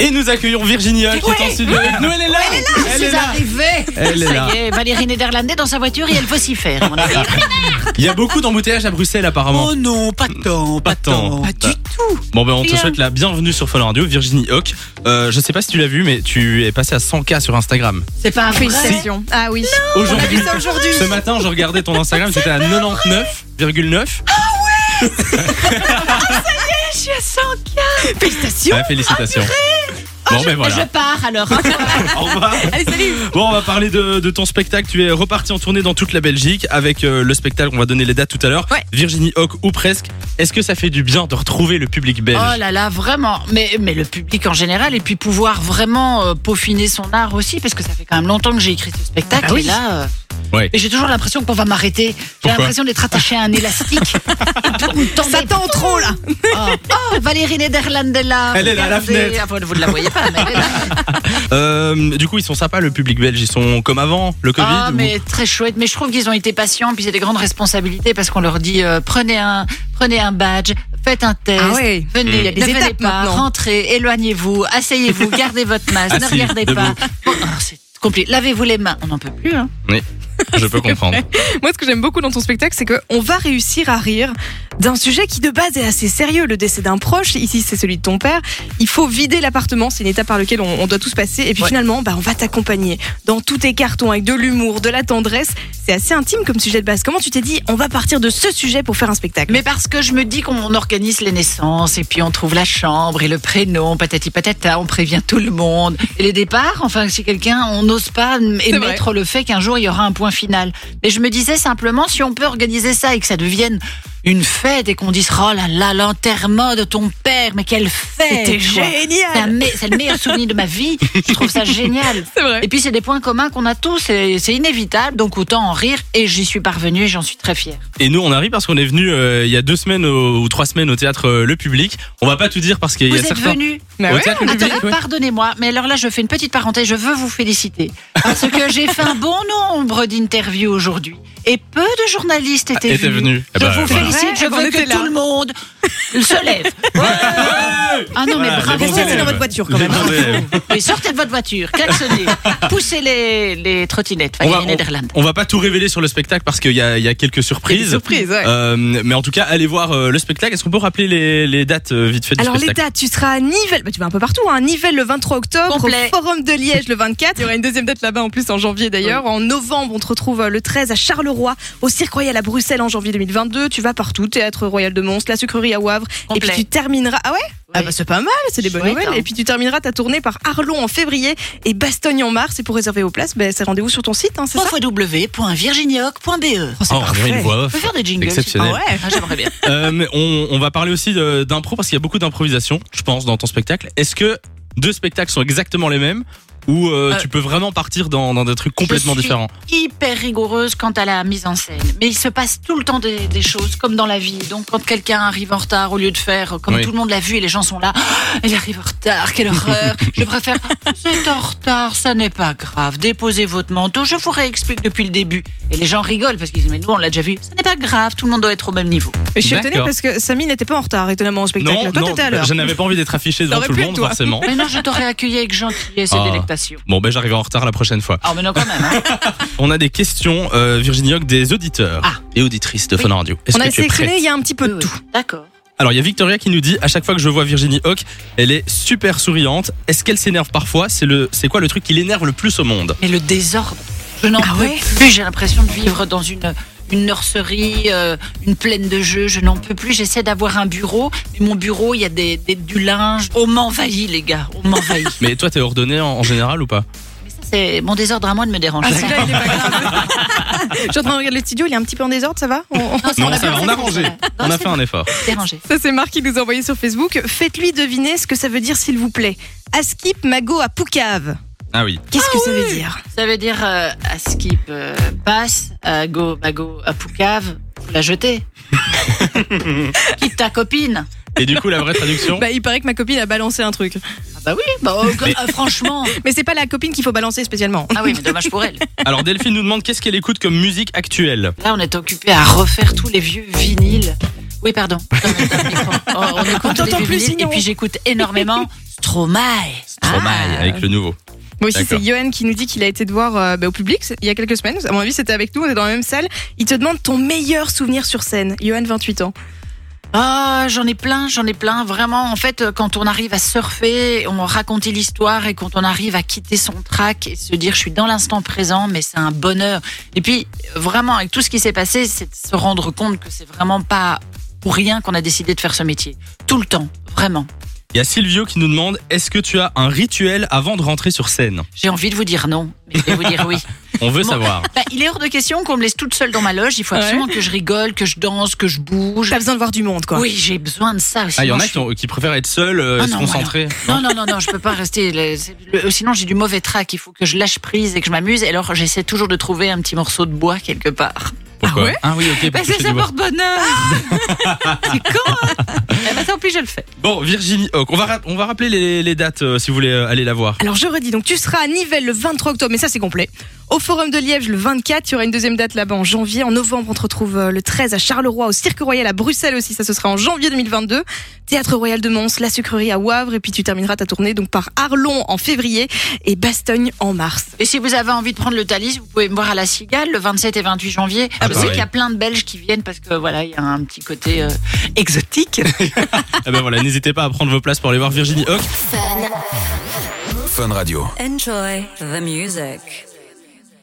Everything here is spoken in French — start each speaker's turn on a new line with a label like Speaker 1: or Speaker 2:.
Speaker 1: Et nous accueillons Virginie Hall qui est en studio avec nous. Elle est là
Speaker 2: Je suis arrivée
Speaker 1: Elle est là
Speaker 2: Ça y est, Valérie Nederlandais dans sa voiture et elle vocifère. à mon avis.
Speaker 1: Il y a beaucoup d'embouteillages à Bruxelles apparemment.
Speaker 3: Oh non, pas tant,
Speaker 1: Pas
Speaker 3: pas
Speaker 1: Ah, tant.
Speaker 3: tant.
Speaker 1: Pas du
Speaker 3: tout.
Speaker 1: Bon ben on te
Speaker 4: Bien.
Speaker 1: souhaite la bienvenue sur Follow Radio, Virginie Hoc. Euh, je sais pas si tu l'as vu mais tu es passé à 100K sur Instagram.
Speaker 2: C'est pas un
Speaker 4: Félicitations. Ah oui.
Speaker 1: Aujourd'hui,
Speaker 4: ça aujourd'hui.
Speaker 1: ce matin je regardais ton Instagram, c'était à 99,9.
Speaker 4: Je suis à 100
Speaker 2: Félicitations.
Speaker 1: Ah, félicitations. Bon ben
Speaker 2: Je
Speaker 1: voilà.
Speaker 2: pars alors.
Speaker 4: hein.
Speaker 1: Au revoir.
Speaker 4: Allez, salut.
Speaker 1: Bon, on va parler de, de ton spectacle. Tu es reparti en tournée dans toute la Belgique avec euh, le spectacle. On va donner les dates tout à l'heure.
Speaker 4: Ouais.
Speaker 1: Virginie Hoc ou presque. Est-ce que ça fait du bien de retrouver le public belge
Speaker 2: Oh là là, vraiment. Mais, mais le public en général, et puis pouvoir vraiment euh, peaufiner son art aussi, parce que ça fait quand même longtemps que j'ai écrit ce spectacle.
Speaker 4: Ah bah oui.
Speaker 2: Et là. euh,
Speaker 1: Ouais.
Speaker 2: Et j'ai toujours l'impression qu'on va m'arrêter. J'ai
Speaker 1: Pourquoi
Speaker 2: l'impression d'être attaché à un élastique.
Speaker 4: Ça tend trop là.
Speaker 2: Oh, oh, Valérie Nederland est là.
Speaker 1: Elle est là, à la
Speaker 2: Regardez.
Speaker 1: fenêtre.
Speaker 2: Ah, vous ne la voyez pas, mais elle est là.
Speaker 1: Euh, Du coup, ils sont sympas, le public belge. Ils sont comme avant,
Speaker 4: Oh,
Speaker 1: le Covid.
Speaker 2: Ah,
Speaker 1: ou-
Speaker 2: mais très chouette. Mais je trouve qu'ils ont été patients. Puis c'est des grandes responsabilités parce qu'on leur dit euh, prenez un, prenez un badge, faites un test.
Speaker 4: Ah ouais.
Speaker 2: Venez, il y a des
Speaker 4: Ne venez
Speaker 2: étapes
Speaker 4: pas,
Speaker 2: maintenant. rentrez, éloignez-vous, asseyez-vous, gardez votre masque, ne
Speaker 1: Assis,
Speaker 2: regardez pas.
Speaker 1: debout.
Speaker 2: Bon, ah, c'est compliqué. Lavez-vous les mains. On n'en peut plus. Hein.
Speaker 1: Je peux comprendre.
Speaker 4: Moi, ce que j'aime beaucoup dans ton spectacle, c'est qu'on va réussir à rire d'un sujet qui de base est assez sérieux, le décès d'un proche. Ici, c'est celui de ton père. Il faut vider l'appartement, c'est une étape par laquelle on, on doit tous passer. Et puis
Speaker 2: Ouais.
Speaker 4: finalement, bah, on va t'accompagner dans tous tes cartons avec de l'humour, de la tendresse. C'est assez intime comme sujet de base. Comment tu t'es dit, on va partir de ce sujet pour faire un spectacle
Speaker 2: Mais parce que je me dis qu'on organise les naissances et puis on trouve la chambre et le prénom, patati patata, on prévient tout le monde. Et les départs, enfin, si quelqu'un, on n'ose pas
Speaker 4: vrai.
Speaker 2: émettre le fait qu'un jour il y aura un point final. Mais je me disais simplement, si on peut organiser ça et que ça devienne une fête et qu'on dise, oh là là, l'enterrement de ton père, mais quelle fête!
Speaker 4: C'était
Speaker 2: quoi. C'est un
Speaker 4: génial
Speaker 2: me- C'est le meilleur souvenir de ma vie. Je trouve ça génial.
Speaker 4: C'est vrai.
Speaker 2: Et puis, c'est des points communs qu'on a tous. et C'est inévitable. Donc, autant en rire. Et j'y suis parvenue et j'en suis très fière.
Speaker 1: Et nous, on arrive parce qu'on est venu euh, il y a deux semaines au- ou trois semaines au théâtre euh, Le Public. On va pas tout dire parce qu'il y
Speaker 2: Vous
Speaker 1: a
Speaker 2: êtes
Speaker 1: certains.
Speaker 2: venus
Speaker 4: Bah
Speaker 1: Au
Speaker 4: ouais,
Speaker 1: théâtre
Speaker 4: on
Speaker 1: Le
Speaker 2: Ah
Speaker 4: a-
Speaker 2: Attends,
Speaker 1: Public, ouais.
Speaker 2: Pardonnez-moi, mais alors là, je fais une petite parenthèse. Je veux vous féliciter parce que j'ai fait un bon nombre d'interviews aujourd'hui et peu de journalistes étaient
Speaker 1: étaient venus.
Speaker 2: venus.
Speaker 1: Eh
Speaker 2: Je
Speaker 1: ben, voilà.
Speaker 2: vous félicite.
Speaker 4: Ouais,
Speaker 2: je
Speaker 4: on
Speaker 2: veux
Speaker 4: était
Speaker 2: que
Speaker 4: là.
Speaker 2: tout le monde se lève. Ah non,
Speaker 1: Voilà,
Speaker 2: mais bravo.
Speaker 1: les bons
Speaker 4: Restez assis
Speaker 1: élèves.
Speaker 4: dans votre voiture quand
Speaker 1: Les
Speaker 4: même.
Speaker 1: bons élèves.
Speaker 2: Oui, sortez de votre voiture, klaxonnez, poussez les, les trottinettes.
Speaker 1: On va,
Speaker 2: Valérie Nederland.
Speaker 1: on- on va pas tout révéler sur le spectacle parce qu'il y a, il y a quelques surprises.
Speaker 4: Surprise, ouais.
Speaker 1: Euh, mais en tout cas, allez voir euh, le spectacle. Est-ce qu'on peut rappeler les, les dates euh, vite fait du
Speaker 4: Alors les
Speaker 1: spectacle
Speaker 4: dates, tu seras à Nivelles, bah, tu vas un peu partout, hein, à Nivelles le 23 octobre,
Speaker 2: Complet.
Speaker 4: au Forum de Liège le 24, il y aura une deuxième date là-bas en plus en janvier d'ailleurs, en novembre on te retrouve euh, le 13 à Charleroi, au Cirque Royal à Bruxelles en janvier 2022, tu vas partout, Théâtre Royal de Mons, la sucrerie à Wavre,
Speaker 2: Complet.
Speaker 4: et puis tu termineras... Ah ouais Ah bah c'est pas mal, c'est des bonnes
Speaker 2: Chouette,
Speaker 4: nouvelles,
Speaker 2: hein.
Speaker 4: et puis tu termineras ta tournée par Arlon en février et Bastogne en mars, et pour réserver vos places, bah, c'est rendez-vous sur ton site, hein, c'est ça
Speaker 2: www.virginioc.be.
Speaker 4: Oh, c'est
Speaker 1: Oh, on dirait
Speaker 4: parfait.
Speaker 1: une voix
Speaker 2: On
Speaker 1: off.
Speaker 2: peut faire des jingles.
Speaker 1: Exceptionnel.
Speaker 2: Ah ouais, ah, j'aimerais bien.
Speaker 1: Euh, mais on, on va parler aussi de- d'impro parce qu'il y a beaucoup d'improvisation, je pense, dans ton spectacle. Est-ce que deux spectacles sont exactement les mêmes ou euh,
Speaker 2: Euh,
Speaker 1: tu peux vraiment partir dans, dans des trucs complètement
Speaker 2: je suis
Speaker 1: différents
Speaker 2: hyper rigoureuse quant à la mise en scène. Mais il se passe tout le temps des, des choses, comme dans la vie. Donc, quand quelqu'un arrive en retard, au lieu de faire euh, comme
Speaker 1: Oui.
Speaker 2: tout le monde l'a vu et les gens sont là, Ah, il arrive en retard, quelle horreur. Je préfère, c'est en retard, ça n'est pas grave. Déposez votre manteau, je vous réexplique depuis le début. Et les gens rigolent parce qu'ils disent, mais nous, on l'a déjà vu. Ça n'est pas grave, tout le monde doit être au même niveau.
Speaker 4: Et Je suis étonnée
Speaker 1: D'accord.
Speaker 4: parce que Samy n'était pas en retard étonnamment au spectacle,
Speaker 1: Non,
Speaker 4: toi
Speaker 1: non, bah,
Speaker 4: t'étais à l'heure.
Speaker 1: je n'avais pas envie d'être affiché devant
Speaker 4: T'aurais
Speaker 1: tout le
Speaker 4: pu,
Speaker 1: monde,
Speaker 4: toi.
Speaker 1: forcément.
Speaker 2: Mais non, je t'aurais accueilli avec gentillesse et
Speaker 1: Ah.
Speaker 2: délectation.
Speaker 1: Bon, ben j'arrive en retard la prochaine fois.
Speaker 2: Ah, mais non, quand même. hein.
Speaker 1: On a des questions, euh, Virginie Hoc, des auditeurs
Speaker 2: Ah.
Speaker 1: et auditrices de Fun Radio. Est-ce
Speaker 4: On
Speaker 1: que
Speaker 4: a
Speaker 1: tu es prête
Speaker 4: sélectionné, il y a un petit peu de
Speaker 2: Oui,
Speaker 4: tout.
Speaker 2: oui. D'accord.
Speaker 1: Alors, il y a Victoria qui nous dit à chaque fois que je vois Virginie Hoc, elle est super souriante. Est-ce qu'elle s'énerve parfois C'est le, c'est quoi le truc qui l'énerve le plus au monde
Speaker 2: Mais le désordre, je n'en
Speaker 4: Ah
Speaker 2: peux
Speaker 4: ouais
Speaker 2: plus. J'ai l'impression de vivre dans une une nurserie, euh, une plaine de jeux. Je n'en peux plus. J'essaie d'avoir un bureau, mais mon bureau, il y a des, des- du linge. On m'envahit, les gars. On m'envahit.
Speaker 1: Mais toi, t'es ordonné en, en général ou pas
Speaker 2: Mais ça, c'est mon désordre à moi de me déranger.
Speaker 4: Ah, celui-là, il est pas grave. Je suis en train de regarder le studio, il est un petit peu en désordre, ça va On- on-
Speaker 2: Non, c'est-
Speaker 1: Non,
Speaker 2: a
Speaker 1: ça
Speaker 2: bien
Speaker 1: va, on
Speaker 2: fait
Speaker 1: a
Speaker 2: comme
Speaker 1: rangé.
Speaker 2: ça.
Speaker 1: On
Speaker 2: Non,
Speaker 1: a fait un effort.
Speaker 2: c'est dérangé.
Speaker 4: Ça, c'est Marc qui nous a envoyé sur Facebook. Faites-lui deviner ce que ça veut dire, s'il vous plaît. Askip Mago à Poucave.
Speaker 1: Ah oui.
Speaker 4: Qu'est-ce que ça veut dire
Speaker 2: Ça veut dire euh, à skip, euh, passe, à go, à go, à poucave, vous la jetez. Quitte ta copine.
Speaker 1: Et du coup, la vraie traduction
Speaker 4: Bah, il paraît que ma copine a balancé un truc.
Speaker 2: Ah bah oui, bah, oh, euh, franchement.
Speaker 4: Mais c'est pas la copine qu'il faut balancer spécialement.
Speaker 2: Ah oui, mais dommage pour elle.
Speaker 1: Alors, Delphine nous demande qu'est-ce qu'elle écoute comme musique actuelle
Speaker 2: Là, on est occupé à refaire tous les vieux vinyles. Oui, pardon. Non, mais t'as le micro. Oh, On, on écoute tous les
Speaker 4: t'entend
Speaker 2: vieux
Speaker 4: plus,
Speaker 2: vinyles, Et
Speaker 4: sinon.
Speaker 2: puis j'écoute énormément Stromae. Ah.
Speaker 1: Stromae Ah. avec le nouveau.
Speaker 4: Moi aussi,
Speaker 1: D'accord.
Speaker 4: c'est Johan qui nous dit qu'il a été te voir euh, bah, au public il y a quelques semaines. À mon avis, c'était avec nous, on était dans la même salle. Il te demande ton meilleur souvenir sur scène. Johan, 28 ans.
Speaker 2: Ah, j'en ai plein, j'en ai plein. Vraiment, en fait, euh, quand on arrive à surfer, on raconter l'histoire et quand on arrive à quitter son track et se dire je suis dans l'instant présent, mais c'est un bonheur. Et puis, vraiment, avec tout ce qui s'est passé, c'est de se rendre compte que c'est vraiment pas pour rien qu'on a décidé de faire ce métier. Tout le temps, vraiment.
Speaker 1: Il y a Silvio qui nous demande est-ce que tu as un rituel avant de rentrer sur scène
Speaker 2: J'ai envie de vous dire non, mais je vais vous dire oui.
Speaker 1: On veut
Speaker 2: Bon.
Speaker 1: savoir.
Speaker 2: Bah, il est hors de question qu'on me laisse toute seule dans ma loge. Il faut
Speaker 4: Ouais.
Speaker 2: absolument que je rigole, que je danse, que je bouge.
Speaker 4: T'as besoin de voir du monde, quoi.
Speaker 2: Oui, j'ai besoin de ça aussi.
Speaker 1: Ah, il y en a qui, ont- qui préfèrent être seuls, euh,
Speaker 2: Ah
Speaker 1: se
Speaker 2: non, moi,
Speaker 1: concentrer.
Speaker 2: Non, non, non, non, je peux pas rester. le- c'est- le- sinon, j'ai du mauvais trac. Il faut que je lâche prise et que je m'amuse. Et alors, j'essaie toujours de trouver un petit morceau de bois quelque part.
Speaker 1: Pourquoi
Speaker 4: Ah ouais
Speaker 1: oui, ok.
Speaker 2: Bah,
Speaker 1: parce que
Speaker 2: c'est
Speaker 1: tu
Speaker 2: ça
Speaker 1: vois.
Speaker 2: porte-bonheur C'est con hein Eh ben, tant pis, je le fais.
Speaker 1: Bon, Virginie Hoc, on va, ra- on va rappeler les, les dates euh, si vous voulez euh, aller la voir.
Speaker 4: Alors je redis, donc tu seras à Nivelles le 23 octobre, mais ça c'est complet. Au Forum de Liège le 24, il y aura une deuxième date là-bas en janvier. En novembre, on te retrouve euh, le 13 à Charleroi, au Cirque Royal à Bruxelles aussi, ça ce sera en janvier 2022. Théâtre Royal de Mons, la sucrerie à Wavre, et puis tu termineras ta tournée donc par Arlon en février et Bastogne en mars.
Speaker 2: Et si vous avez envie de prendre le Thalys, vous pouvez me voir à la Cigale le 27 et 28 janvier.
Speaker 1: Ah,
Speaker 2: je
Speaker 1: bah
Speaker 2: sais
Speaker 1: ouais.
Speaker 2: qu'il y a plein de Belges qui viennent parce que voilà, il y a un petit côté euh, exotique.
Speaker 1: Eh ben voilà, n'hésitez pas à prendre vos places pour aller voir Virginie Hoc.
Speaker 3: Fun Radio.
Speaker 5: Enjoy the music.